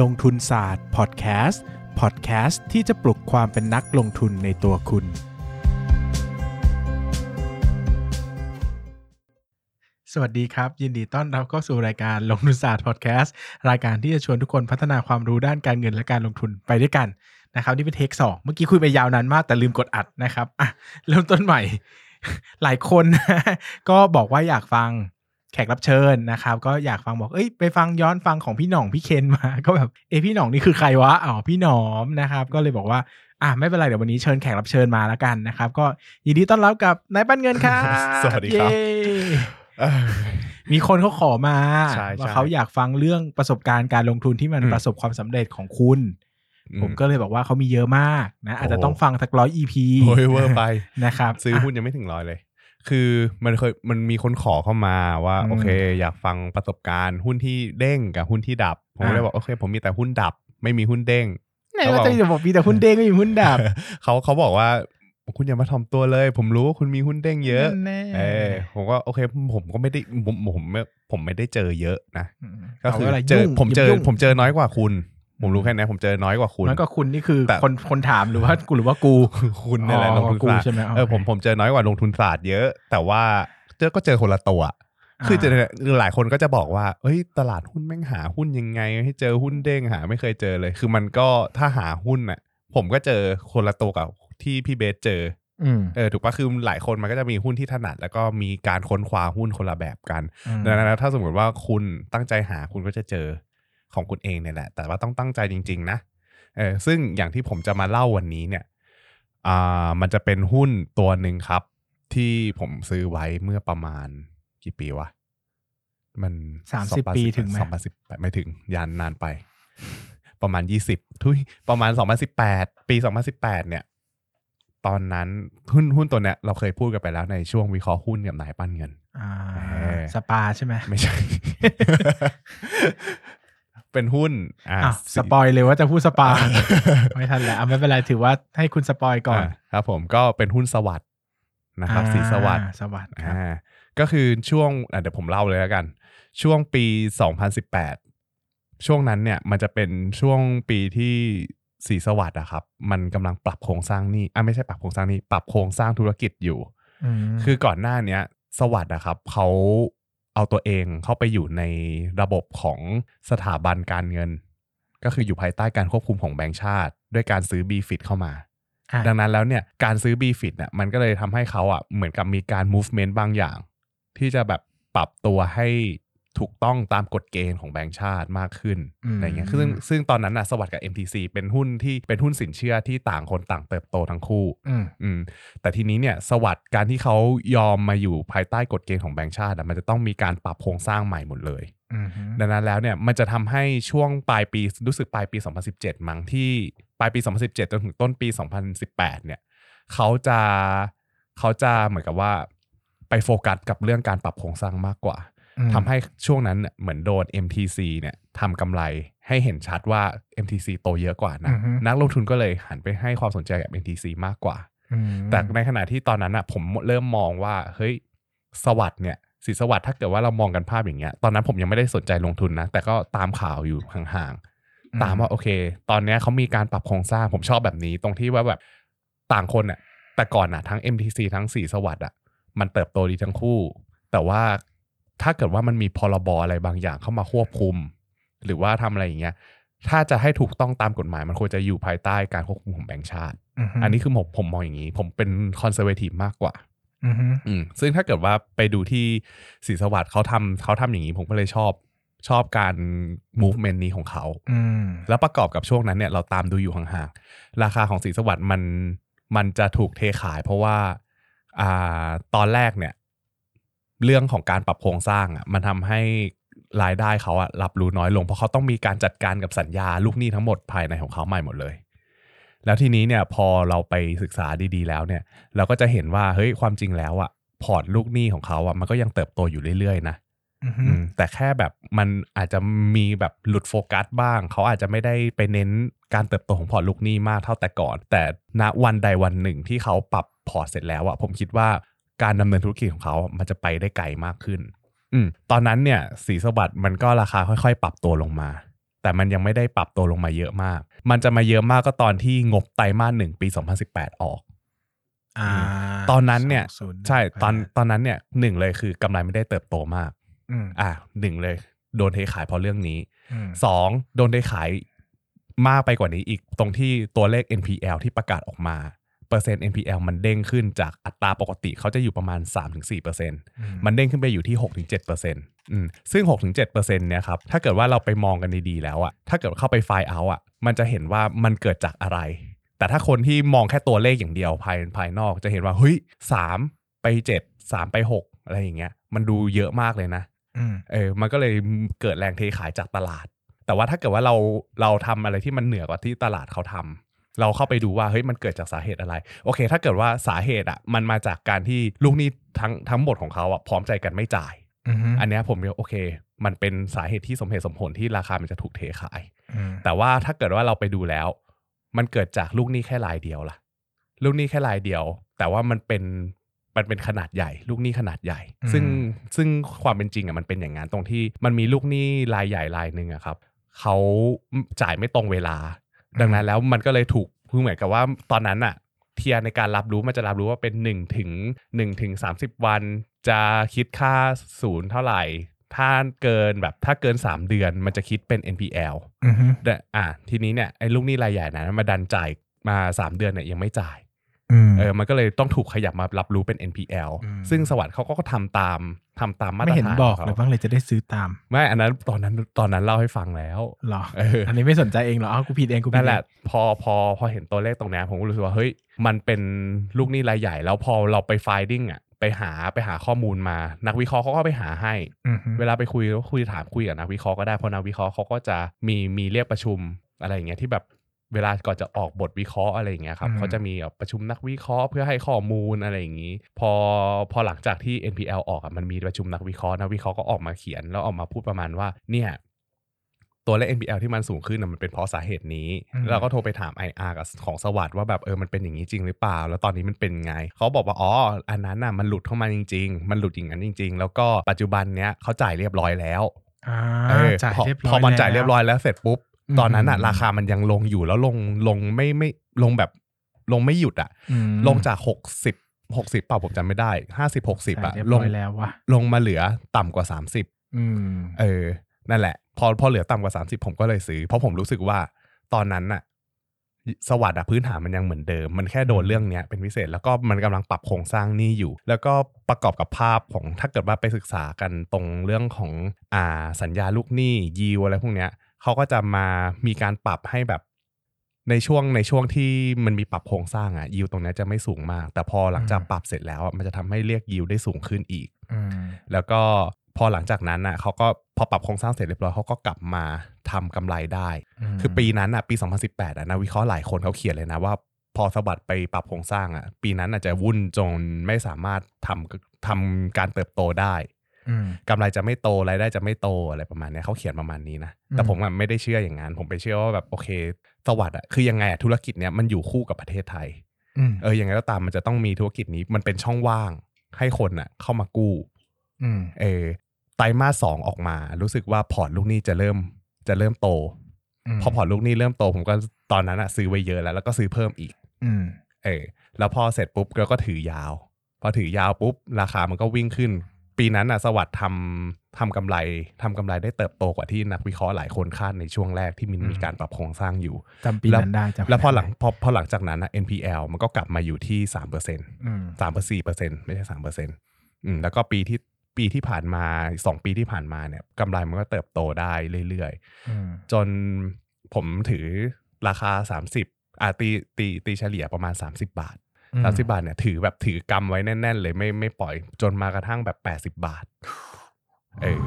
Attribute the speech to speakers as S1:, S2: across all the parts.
S1: ลงทุนศาสตร์พอดแคสต์พอดแคสต์ที่จะปลุกความเป็นนักลงทุนในตัวคุณ สวัสดีครับ ยินดีต้อนรับเข้าสู่รายการลงทุนศาสตร์พอดแคสต์รายการที่จะชวนทุกคนพัฒนาความรู้ด้านการเงินและการลงทุนไปด้วยกันนะครับนี่เป็นเทคสองเมื่อกี้คุยไปยาวนานมากแต่ลืมกดอัดนะครับอ่ะเริ่มต้นใหม่ หลายคนนะ ก็บอกว่าอยากฟังแขกรับเชิญนะครับ ก็อยากฟังบอกเอ้ยไปฟังย้อนฟังของพี่หน่องพี่เคนมา ก็แบบเอยพี่หน่องนี่คือใครวะอ๋อพี่หนอมนะครับ ก็เลยบอกว่าอ่ะไม่เป็นไรเดี๋ยววันนี้เชิญแขกรับเชิญมาแล้วกันนะครับ ก็ยินดีต้อนรับกับนายปั้นเงินครับ
S2: สวัสดีครับ
S1: เย้
S2: เออ
S1: มีคนเขาขอมา
S2: ใช่
S1: ว่า
S2: ใช่
S1: เขาอยากฟังเรื่องประสบการณ์การลงทุนที่มัน
S3: อืม
S1: ประสบความสำเร็จของคุณ ผมก็เลยบอกว่าเขามีเยอะมากนะ อาจจะต้องฟังสักร้อย EP
S2: โอ้ยเวอร์ไป
S1: นะครับ
S2: ซื้อหุ้
S1: ะ
S2: นยังไม่ถึงร้อยเลย คือมันเคยมันมีคนขอเข้ามาว่า
S1: อืม
S2: โอเค อยากฟังประสบการณ์ หุ้นที่เด้งกับหุ้นที่ดับ ผมก็เลย
S1: อ่า
S2: บอกโอเค ผมมีแต่หุ้นดับ ไม่มีหุ้นเด้ง
S1: ไหนว่า
S2: เขาบอก
S1: จะบอกมีแต่หุ้นเด้งไม่มีหุ้นดับ
S2: เขาเขาบอกว่าคุณอย่ามาทอมตัวเลย ผมรู้ว่าคุณมีหุ้นเด้งเยอะ
S1: แน่
S2: เออผมก็โอเค ผมก็ไม่ได้ผมผมไม่ผมไม่ได้เจอเยอะนะ
S1: ๆ
S2: ก็คือ
S1: แต่ว่าะไร
S2: เจอ
S1: ยุ่ง
S2: ผมเจอ
S1: ยุ่ง
S2: ผมเจอน้อยกว่าคุณ ผมรู้แค่นี้นผมเจอน้อยกว่าคุณ
S1: น้อยกว่าคุณนี่คือ
S2: แต่
S1: คนคนถามหรือว่ากูหรือว่ากู
S2: คุณนี่แหละลงทุน
S1: กู
S2: ศาสตร์
S1: ใช่ไหม
S2: เออผมผมเจอน้อยกว่าลงทุนศาสตร์เยอะ แต่ว่าเจอก็เจอคนละตัว
S1: า
S2: คือเจอหลายคนก็จะบอกว่า เอ้ย ตลาดหุ้นแม่งหาหุ้นยังไง ให้เจอหุ้นเด้งหาไม่เคยเจอเลย คือมันก็ถ้าหาหุ้นน่ะ ผมก็เจอคนละตัวกับที่พี่เบสเจอ
S1: อืม
S2: เออถูกปะคือหลายคนมันก็จะมีหุ้นที่ถนัด แล้วก็มีการค้นคว้าหุ้นคนละแบบกัน
S1: อืม
S2: ดังนั้นแล้วถ้าสมมติว่าคุณตั้งใจหาคุณก็จะเจอของคุณเองเนี่ยแหละ แต่ว่าต้องตั้งใจจริง ๆ นะ เออซึ่งอย่างที่ผมจะมาเล่าวันนี้เนี่ย อ่า มันจะเป็นหุ้นตัวหนึ่งครับ ที่ผมซื้อไว้เมื่อประมาณกี่ปีวะ มัน
S1: 30ปีถึงไหม
S2: สองพันสิบแปดไม่ถึงยานนานไป ประมาณยี่สิบทุยประมาณสองพันสิบแปดปีสองพันสิบแปดเนี่ย ตอนนั้นหุ้นหุ้นตัวเนี้ยเราเคยพูดกันไปแล้วในช่วงวิเคราะห์หุ้นกับนายปั้นเงิน
S1: อ่า
S2: เออ
S1: สปาใช่ไหม
S2: ไม่ใช่ เป็นหุ้นอ่า
S1: อ้าวสปอยเลยว่าจะพูดสปา ไม่ทันแล้วอ่ะไม่เป็นไรถือว่าให้คุณสปอยก่อน
S2: าครับผมก็เป็นหุ้นสวัสด์นะครับ สีสวัสด์
S1: อ่าสวัสดิ์ครับ
S2: อ่าก็คือช่วงอ่ะเดี๋ยวผมเล่าเลยแล้วกัน ช่วงปี 2018 ช่วงนั้นเนี่ยมันจะเป็นช่วงปีที่สีสวัสด์อะครับ มันกำลังปรับโครงสร้างหนี้อ่ะไม่ใช่ปรับโครงสร้างหนี้ปรับโครงสร้างธุรกิจอยู่
S1: ม
S2: คือก่อนหน้าเนี้ยสวัสด์นะครับเขาเอาตัวเองเข้าไปอยู่ในระบบของสถาบันการเงิน ก็คืออยู่ภายใต้การควบคุมของแบงก์ชาติ ด้วยการซื้อ b f i t เข้ามา
S1: อ่ะ
S2: ดังนั้นแล้วเนี่ยการซื้อ b f i t เนี่ยมันก็เลยทำให้เขาอ่ะเหมือนกับมีการ movement บางอย่าง ที่จะแบบปรับตัวให้ถูกต้องตามกฎเกณฑ์ของแบงก์ชาติมากขึ้น
S1: ม
S2: อะไรเงี้ยซึ่งซึ่งตอนนั้นนะสวัสด์กับ MTC เป็นหุ้นที่เป็นหุ้นสินเชื่อที่ต่างคนต่างเติบโตทั้งคู่
S1: อืม
S2: อืมแต่ทีนี้เนี่ยสวัสดการที่เขายอมมาอยู่ภายใต้กฎเกณฑ์ของแบงก์ชาติอะมันจะต้องมีการปรับโครงสร้างใหม่หมดเลย
S1: อืม
S2: ดังนั้นแล้วเนี่ยมันจะทำให้ช่วงปลายปีรู้สึกปลายปี 2017 มั้งที่ปลายปี 2017 จนถึงต้นปี 2018 เนี่ยเขาจะเขาจะเหมือนกับว่าไปโฟกัสกับเรื่องการปรับโครงสร้างมากกว่า
S1: อืม
S2: ทำให้ช่วงนั้นเนี่ยเหมือนโดน MTC เนี่ยทำกำไรให้เห็นชัดว่า MTC โตเยอะกว่านะนักลงทุนก็เลยหันไปให้ความสนใจกับ MTC มากกว่า
S1: อืม
S2: แต่ในขณะที่ตอนนั้นอ่ะผมเริ่มมองว่าเฮ้ยสวัสด์เนี่ยสีสวัสด์ถ้าเกิดว่าเรามองกันภาพอย่างเงี้ยตอนนั้นผมยังไม่ได้สนใจลงทุนนะ แต่ก็ตามข่าวอยู่ห่างๆ ตามว่าโอเค ตอนเนี้ยเขามีการปรับโครงสร้างผมชอบแบบนี้ ตรงที่ว่าแบบต่างคนอ่ะแต่ก่อนอ่ะทั้ง MTC ทั้งสีสวัสด์อ่ะมันเติบโตดีทั้งคู่ แต่ว่าถ้าเกิดว่ามันมีพรบอะไรบางอย่างเข้ามาควบคุม หรือว่าทำอะไรอย่างเงี้ยถ้าจะให้ถูกต้องตามกฎหมายมันควรจะอยู่ภายใต้การควบคุมของแบงก์ชาติ
S1: ฮึ
S2: อันนี้คือผมผมมองอย่างนี้ ผมเป็นคอนเซอร์เวทีฟมากกว่า
S1: อืมฮึ
S2: อืมซึ่งถ้าเกิดว่าไปดูที่ศรีสวัสดิ์เขาทำเขาทำอย่างนี้ ผมก็เลยชอบชอบการ movement นี้ของเขา
S1: อืม
S2: แล้วประกอบกับช่วงนั้นเนี่ยเราตามดูอยู่ห่างๆ ราคาของศรีสวัสดิ์มันมันจะถูกเทขาย เพราะว่าอ่าตอนแรกเนี่ย เรื่องของการปรับโครงสร้างอ่ะมันทำให้รายได้เขาอะรับรู้น้อยลง เพราะเขาต้องมีการจัดการกับสัญญาลูกหนี้ทั้งหมดภายในของเขาใหม่หมดเลย แล้วทีนี้เนี่ยพอเราไปศึกษาดีๆ แล้วเนี่ย เราก็จะเห็นว่าเฮ้ยความจริงแล้วอะพอร์ตลูกหนี้ของเขาอะมันก็ยังเติบโตอยู่เรื่อยๆนะ
S1: อืมฮึ
S2: อืมแต่แค่แบบมันอาจจะมีแบบหลุดโฟกัสบ้าง เขาอาจจะไม่ได้ไปเน้นการเติบโตของพอร์ตลูกหนี้มากเท่าแต่ก่อน แต่ณวันใดวันหนึ่งที่เขาปรับพอร์ตเสร็จแล้วอะผมคิดว่าการดำเนินธุรกิจของเขาอะมันจะไปได้ไกลมากขึ้น อืมตอนนั้นเนี่ยสีสวัสด์มันก็ราคาค่อยๆ ปรับตัวลงมา แต่มันยังไม่ได้ปรับตัวลงมาเยอะมาก มันจะมาเยอะมากก็ตอนที่งบไตรมาสหนึ่งปี 2018 ออก
S1: อ่า
S2: ตอนนั้นเนี่ย
S1: 2018
S2: ใช่ตอนตอนนั้นเนี่ยหนึ่งเลยคือกำไรไม่ได้เติบโตมาก
S1: อืม
S2: อ่ะหนึ่งเลยโดนเทขายเพราะเรื่องนี้
S1: อืม
S2: สองโดนได้ขายมากไปกว่านี้อีกตรงที่ตัวเลข NPL ที่ประกาศออกมา เปอร์เซ็นต์ NPL มันเด้งขึ้นจากอัตราปกติเขาจะอยู่ประมาณ 3-4%
S1: อื
S2: มันเด้งขึ้นไปอยู่ที่ 6-7%อืมซึ่ง 6-7%เนี่ยครับถ้าเกิดว่าเราไปมองกันดีๆแล้วอะถ้าเกิดเข้าไปไฟล์เอาอะมันจะเห็นว่ามันเกิดจากอะไร แต่ถ้าคนที่มองแค่ตัวเลขอย่างเดียวภายภายนอกจะเห็นว่าเฮ้ยสามไปเจ็ดสามไปหกอะไรอย่างเงี้ยมันดูเยอะมากเลยนะ
S1: อืม
S2: เออ มันก็เลยเกิดแรงเทขายจากตลาด แต่ว่าถ้าเกิดว่าเราเราทำอะไรที่มันเหนือกว่าที่ตลาดเขาทำ เราเข้าไปดูว่าเฮ้ยมันเกิดจากสาเหตุอะไร โอเค ถ้าเกิดว่าสาเหตุอ่ะมันมาจากการที่ลูกหนี้ทั้งทั้งหมดของเขาอ่ะพร้อมใจกันไม่จ่าย
S1: อืม
S2: อันเนี้ยผมก็โอเค มันเป็นสาเหตุที่สมเหตุสมผลที่ราคามันจะถูกเทขาย
S1: อืม
S2: แต่ว่าถ้าเกิดว่าเราไปดูแล้ว มันเกิดจากลูกหนี้แค่รายเดียวล่ะ ลูกหนี้แค่รายเดียว แต่ว่ามันเป็นมันเป็นขนาดใหญ่ ลูกหนี้ขนาดใหญ่ ซึ่งซึ่งความเป็นจริงอ่ะมันเป็นอย่างนั้นตรงที่มันมีลูกหนี้รายใหญ่รายหนึ่งอะครับเขาจ่ายไม่ตรงเวลา ดังนั้นแล้วมันก็เลยถูกคือเหมือนกับว่าตอนนั้นอ่ะ เทียร์ในการรับรู้มันจะรับรู้ว่าเป็น1ถึง1ถึง30 วัน จะคิดค่าศูนย์เท่าไหร่ ถ้าเกินแบบถ้าเกิน 3 เดือนมันจะคิดเป็น NPL
S1: อืม
S2: แต่อ่ะทีนี้เนี่ยไอ้ลูกหนี้รายใหญ่นะมาดันจ่ายมา 3 เดือนเนี่ยยังไม่จ่าย
S1: อืม
S2: เออมันก็เลยต้องถูกขยับมารับรู้เป็น NPL
S1: อืม
S2: ซึ่งสวัสด์เขาก็ทำตามทำตามมาตร
S1: ไม่
S2: ฐาน
S1: เห็นบอก
S2: ขง
S1: เลย
S2: เขา
S1: บ้างเลยจะได้ซื้อตาม
S2: ไม่อันนั้นตอนนั้นตอนนั้นเล่าให้ฟังแล้ว
S1: หรอ
S2: เอออั
S1: อันนี้ไม่สนใจเองเหรออ้าวกูผิดเองกูผิด
S2: นั่นแหละ
S1: เอง
S2: พอพอพอเห็นตัวเลขตรงเนี้ยผมก็รู้สึกว่าเฮ้ยมันเป็นลูกหนี้รายใหญ่ แล้วพอเราไป finding อ่ะไปหาไปหาข้อมูลมา นักวิเคราะห์เขาก็ไปหาให้
S1: อืมฮึ
S2: เวลาไปคุยก็คุยถามคุยกับนักวิเคราะห์ก็ได้เพราะนักวิเคราะห์เขาก็จะมีมีเรียกประชุมอะไรอย่างเงี้ยที่แบบเวลาก่อนจะออกบทวิเคราะห์อะไรอย่างเงี้ยครับ
S1: อืม
S2: เขาจะมีแบบประชุมนักวิเคราะห์เพื่อให้ข้อมูลอะไรอย่างงี้ พอพอหลังจากที่ NPL ออกอะมันมีประชุมนักวิเคราะห์นักวิเคราะห์ก็ออกมาเขียนแล้วออกมาพูดประมาณว่าเนี่ยตัวเลข NPL ที่มันสูงขึ้นนะมันเป็นเพราะสาเหตุนี้แล้วเราก็โทรไปถาม IR กับของสวัสด์ว่าแบบเออมันเป็นอย่างนี้จริงหรือเปล่า แล้วตอนนี้มันเป็นไงเขาบอกว่าอ๋ออันนั้นน่ะมันหลุดเข้ามาจริง ๆ มันหลุดอย่างนั้นจริง ๆ แล้วก็ปัจจุบันเนี้ยเขาจ่ายเรียบร้อยแล้ว
S1: อ่า
S2: เออ
S1: จ่าย
S2: พอ
S1: เรียบร้อย
S2: พอมัน
S1: แล้ว
S2: จ่ายเรียบร้อยแล้วเสร็จปุ๊บ
S1: อืม
S2: ตอนนั้นอ่ะราคามันยังลงอยู่แล้วลงลงไม่ไม่ลงแบบลงไม่หยุดอ่ะ
S1: อืม
S2: ลงจาก 60 60เปล่าผมจำไม่ได้ 50 60
S1: จ่า
S2: อ่ะ
S1: ยเรียบ
S2: ล
S1: ร้
S2: ง
S1: อยแล้วว่ะ
S2: ลงมาเหลือต่ำกว่า 30
S1: อืม
S2: เออ นั่นแหละ พอพอเหลือต่ำกว่า 30 ผมก็เลยซื้อ เพราะผมรู้สึกว่าตอนนั้นน่ะ สวัสด์อะพื้นฐานมันยังเหมือนเดิม มันแค่โดนเรื่องเนี้ยเป็นพิเศษ แล้วก็มันกำลังปรับโครงสร้างหนี้อยู่ แล้วก็ประกอบกับภาพของถ้าเกิดว่าไปศึกษากันตรงเรื่องของอ่าสัญญาลูกหนี้ยีวอะไรพวกเนี้ยเขาก็จะมามีการปรับให้แบบในช่วงในช่วงที่มันมีปรับโครงสร้างอะยิวตรงเนี้ยจะไม่สูงมาก แต่พอหลังจากปรับเสร็จแล้วอะมันจะทำให้เรียกยิวได้สูงขึ้นอีก
S1: อืม
S2: แล้วก็พอหลังจากนั้นน่ะเขาก็พอปรับโครงสร้างเสร็จเรียบร้อยเขาก็กลับมาทำกำไรได้
S1: ม
S2: คือปีนั้นน่ะปี 2018อ่ะนะวิเคราะห์หลายคนเขาเขียนเลยนะว่าพอสวัสด์ไปปรับโครงสร้างอ่ะปีนั้นอาจจะวุ่นจนไม่สามารถทำทำการเติบโตได้
S1: อืม
S2: กำไรจะไม่โตรายได้จะไม่โตอะไรประมาณเนี้ยเขาเขียนประมาณนี้นะแต่
S1: อืม
S2: ผมอะไม่ได้เชื่ออย่างนั้นผมไปเชื่อว่าแบบโอเค สวัสด์อ่ะคือยังไงอ่ะธุรกิจเนี้ยมันอยู่คู่กับประเทศไทย
S1: อืม
S2: เออยังไงก็ตามมันจะต้องมีธุรกิจนี้มันเป็นช่องว่างให้คนอ่ะเข้ามากู้
S1: อืม
S2: เออไตรมาสสองออกมา รู้สึกว่าพอร์ตลูกหนี้จะเริ่มจะเริ่มโต พอพอร์ตลูกหนี้เริ่มโต ผมก็ตอนนั้นอะซื้อไว้เยอะแล้ว แล้วก็ซื้อเพิ่มอีก
S1: อืม
S2: เออ แล้วพอเสร็จปุ๊บเราก็ถือยาว พอถือยาวปุ๊บ ราคามันก็วิ่งขึ้น ปีนั้นอะสวัสด์ทำทำกำไรทำกำไรได้เติบโตกว่าที่นักวิเคราะห์หลายคนคาดในช่วงแรกที่มันมีการปรับโครงสร้างอยู่
S1: จำปีนั้นได้จำ
S2: แล้วพอหลังพอพอหลังจากนั้นอะ NPL มันก็กลับมาอยู่ที่สามเปอร์เซ็นต
S1: อืม
S2: สามเปอร์สี่เปอร์เซ็นไม่ใช่สามเปอร์เซ็นอืมแล้วก็ปีที่ปีที่ผ่านมาสองปีที่ผ่านมาเนี่ยกำไรมันก็เติบโตได้เรื่อย
S1: อืม
S2: ๆ จนผมถือราคา 30อ่าตีตีตีเฉลี่ยประมาณ 30 บาท 30 บาทเนี่ยถือแบบถือกำไว้แน่น ๆ เลยไม่ไม่ปล่อยจนมากระทั่งแบบ 80 บาทเออ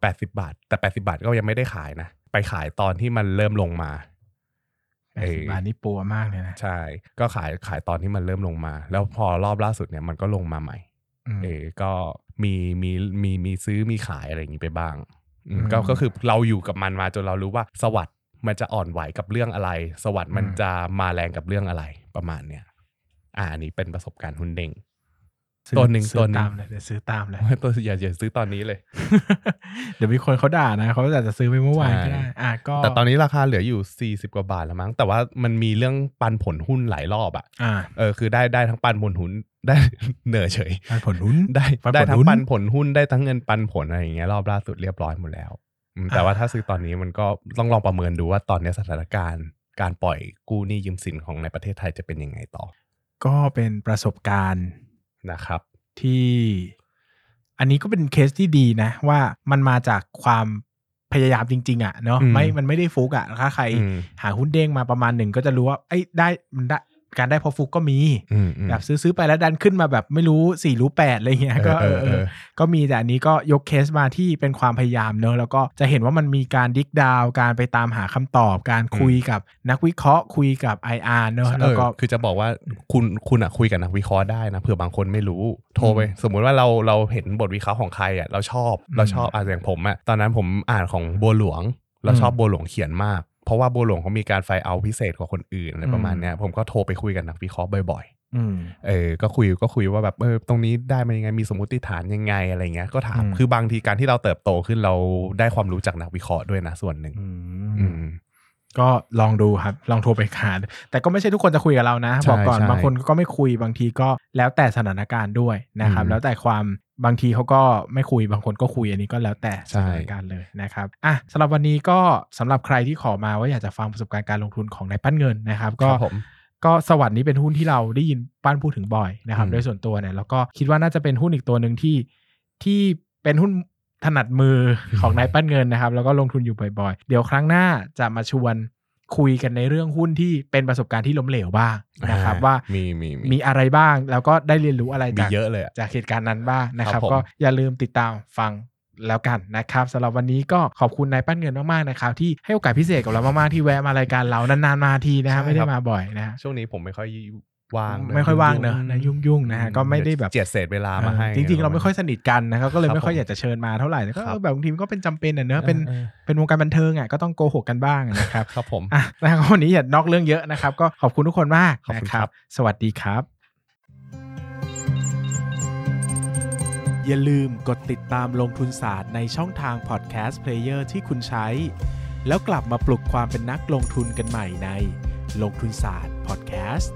S2: แปดสิบาท แต่ 80 บาทก็ยังไม่ได้ขายนะ ไปขายตอนที่มันเริ่มลงมา
S1: แปดสิบบาทนี่ปัวมากเลยนะ
S2: ใช่ ก็ขายขายตอนที่มันเริ่มลงมา แล้วพอรอบล่าสุดเนี่ยมันก็ลงมาใหม่
S1: ม
S2: เออก็มีมีมีมีซื้อมีขายอะไรอย่างนี้ไปบ้างอืม
S1: อืม
S2: ก็ก็คือเราอยู่กับมันมาจนเรารู้ว่าสวัสด์มันจะอ่อนไหวกับเรื่องอะไร สวัสด์มัน
S1: อืม
S2: จะมาแรงกับเรื่องอะไรประมาณเนี้ยอ่าอันนี้เป็นประสบการณ์หุ้นเด้ง
S1: ซื้อ
S2: ตัวหนึ่ง
S1: ซื้อ
S2: ตัวหนึ่ง
S1: ตามเลยเดี๋ยวซื้อตามเลย
S2: ตัวอย่าอย่าซื้อตอนนี้เลย
S1: เดี๋ยวมีคนเขาด่านะเขาอาจจะซื้อไปเมื่อวานก็ได้
S2: ใช่
S1: อ่ะก็
S2: แต่ตอนนี้ราคาเหลืออยู่ 40 กว่าบาทแล้วมั้ง แต่ว่ามันมีเรื่องปันผลหุ้นหลายรอบอะ
S1: อ่า
S2: เออคือได้ได้ทั้งปันผลหุ้น ได้ เหนื่อยเฉย
S1: ปันผลนุ้น
S2: ได้
S1: ปันผล
S2: ได้ทั้ง
S1: หุ้น
S2: ปันผลหุ้นได้ทั้งเงินปันผลอะไรอย่างเงี้ยรอบล่าสุดเรียบร้อยหมดแล้วอืมแต่ว่า
S1: อ่า
S2: ถ้าซื้อตอนนี้มันก็ต้องลองประเมินดูว่าตอนเนี้ยสถานการณ์ การปล่อยกู้หนี้ยืมสินของในประเทศไทยจะเป็นยังไงต่อ
S1: ก็เป็นประสบการณ์
S2: นะครับ
S1: ที่ อันนี้ก็เป็นเคสที่ดีนะ ว่ามันมาจากความพยายามจริง ๆ อ่ะเนาะ
S2: อืม
S1: ไม่มันไม่ได้ฟุกอ่ะถ้าใคร
S2: อืม
S1: หาหุ้นเด้งมาประมาณหนึ่งก็จะรู้ว่าไอ้ยได้มันได้การได้เพอฟุกก็มี
S2: อืมอืม
S1: แบบซื้อซื้อไปแล้วดันขึ้นมาแบบไม่รู้สี่รู้แปดอะไรเงี้ยก็
S2: เอ
S1: เอ
S2: อ
S1: อ
S2: เอ
S1: เอ
S2: อ
S1: อก็มีแต่อันนี้ก็ยกเคสมาที่เป็นความพยายามเนอะแล้วก็จะเห็นว่ามันมีการดิกดาวการไปตามหาคำตอบ การคุยกับนักวิเคราะห์คุยกับ IR เน
S2: เอ
S1: อะ
S2: อ
S1: แล้วก็
S2: คือจะบอกว่าคุณคุณอะคุยกับนักวิเคราะห์ได้นะเผื่อบางคนไม่รู้โทรไปสมมุติว่าเราเราเห็นบทวิเคราะห์ของใครอะเราชอบ
S1: อืม
S2: เราชอบอ่านอย่างผมอะตอนนั้นผมอ่านของบัวหลวง เราชอบ
S1: อืม
S2: บัวหลวงเขียนมาก เพราะว่าบัวหลวงเขามีการไฟเอาพิเศษกว่าคนอื่นอะไรประมาณ
S1: อืม
S2: เนี้ยผมก็โทรไปคุยกับนักวิเคราะห์บ่อย ๆ
S1: อืม
S2: เออ ก็คุย ก็คุยว่าแบบเออตรงนี้ได้มายังไง มีสมมติฐานยังไงอะไรเงี้ย ก็ถาม
S1: อืม
S2: คือบางทีการที่เราเติบโตขึ้นเราได้ความรู้จากนักวิเคราะห์ด้วยนะส่วนหนึ่ง
S1: อื
S2: อื
S1: ม
S2: ม
S1: ก็ลองดูครับ ลองโทรไปหาแต่ก็ไม่ใช่ทุกคนจะคุยกับเรานะ
S2: ใช่
S1: บอกก่อน
S2: ใช่
S1: บางคนก็ไม่คุยบางทีก็แล้วแต่สถานการณ์ด้วยนะครับ
S2: อืม
S1: แล้วแต่ความบางทีเขาก็ไม่คุยบางคนก็คุยอันนี้ก็แล้วแต่ส
S2: ใช่
S1: ถานการณ์เลยนะครับอ่ะสำหรับวันนี้ก็สำหรับใครที่ขอมาว่าอยากจะฟังประสบการณ์การลงทุนของนายปั้นเงินนะครับ
S2: ค
S1: ก็
S2: รับผม
S1: ก็สวัสด์นี้เป็นหุ้นที่เราได้ยินปั้นพูดถึงบ่อยนะครับ
S2: อืม
S1: โดยส่วนตัวเนี่ยแล้วก็คิดว่าน่าจะเป็นหุ้นอีกตัวหนึ่งที่ที่เป็นหุ้นถนัดมือของนายปั้นเงินนะครับ แล้วก็ลงทุนอยู่บ่อยๆ เดี๋ยวครั้งหน้าจะมาชวนคุยกันในเรื่องหุ้นที่เป็นประสบการณ์ที่ล้มเหลวบ้างนะครับ
S2: อ่
S1: ว่า
S2: มีมี
S1: มีอะไรบ้างแล้วก็ได้เรียนรู้อะไร
S2: มี
S1: จาก
S2: เยอะเลยอะ
S1: จากเหตุการณ์นั้นบ้างนะค
S2: ครั
S1: รั
S2: บบ ผม
S1: ก็อย่าลืมติดตามฟังแล้วกันนะครับสำหรับวันนี้ก็ขอบคุณนายปั้นเงินมากๆนะครับที่ให้โอกาสพิเศษกับเรามากๆที่แวะมารายการเรานานๆมาทีนะฮะไม่ได้มาบ่อยนะฮะ
S2: ช่วงนี้ผมไม่ค่อยว่าง
S1: ไม่ค่อยว่างเนอะนะยุ่งๆนะฮะก็ไม่ได้แบบ
S2: เจียดเศษเวลามาให้
S1: จริงๆ เราไม่ค่อยสนิทกันนะครับก็เลย
S2: ครับ
S1: ไม่ค่อย
S2: ผม
S1: อยากจะเชิญมาเท่าไหร่แต่ก็
S2: ครับ
S1: แบบบางทีมันก็เป็นจำเป็นอ่ะเนอะเป็น
S2: ออ
S1: เป็นวงการบันเทิงอ่ะก็ต้องโกหกกันบ้างอะนะครับ
S2: ครับผม
S1: อ่ะนะครับวันนี้อย่านอกเรื่องเยอะนะครับ ก็ขอบคุณทุกคนมาก
S2: ขอบคุ
S1: นะ
S2: ณ
S1: ค
S2: ครั
S1: รับ บ สวัสดีครับ อย่าลืมกดติดตามลงทุนศาสตร์ในช่องทางพอดแคสต์เพลเยอร์ที่คุณใช้ แล้วกลับมาปลุกความเป็นนักลงทุนกันใหม่ในลงทุนศาสตร์พอดแคสต์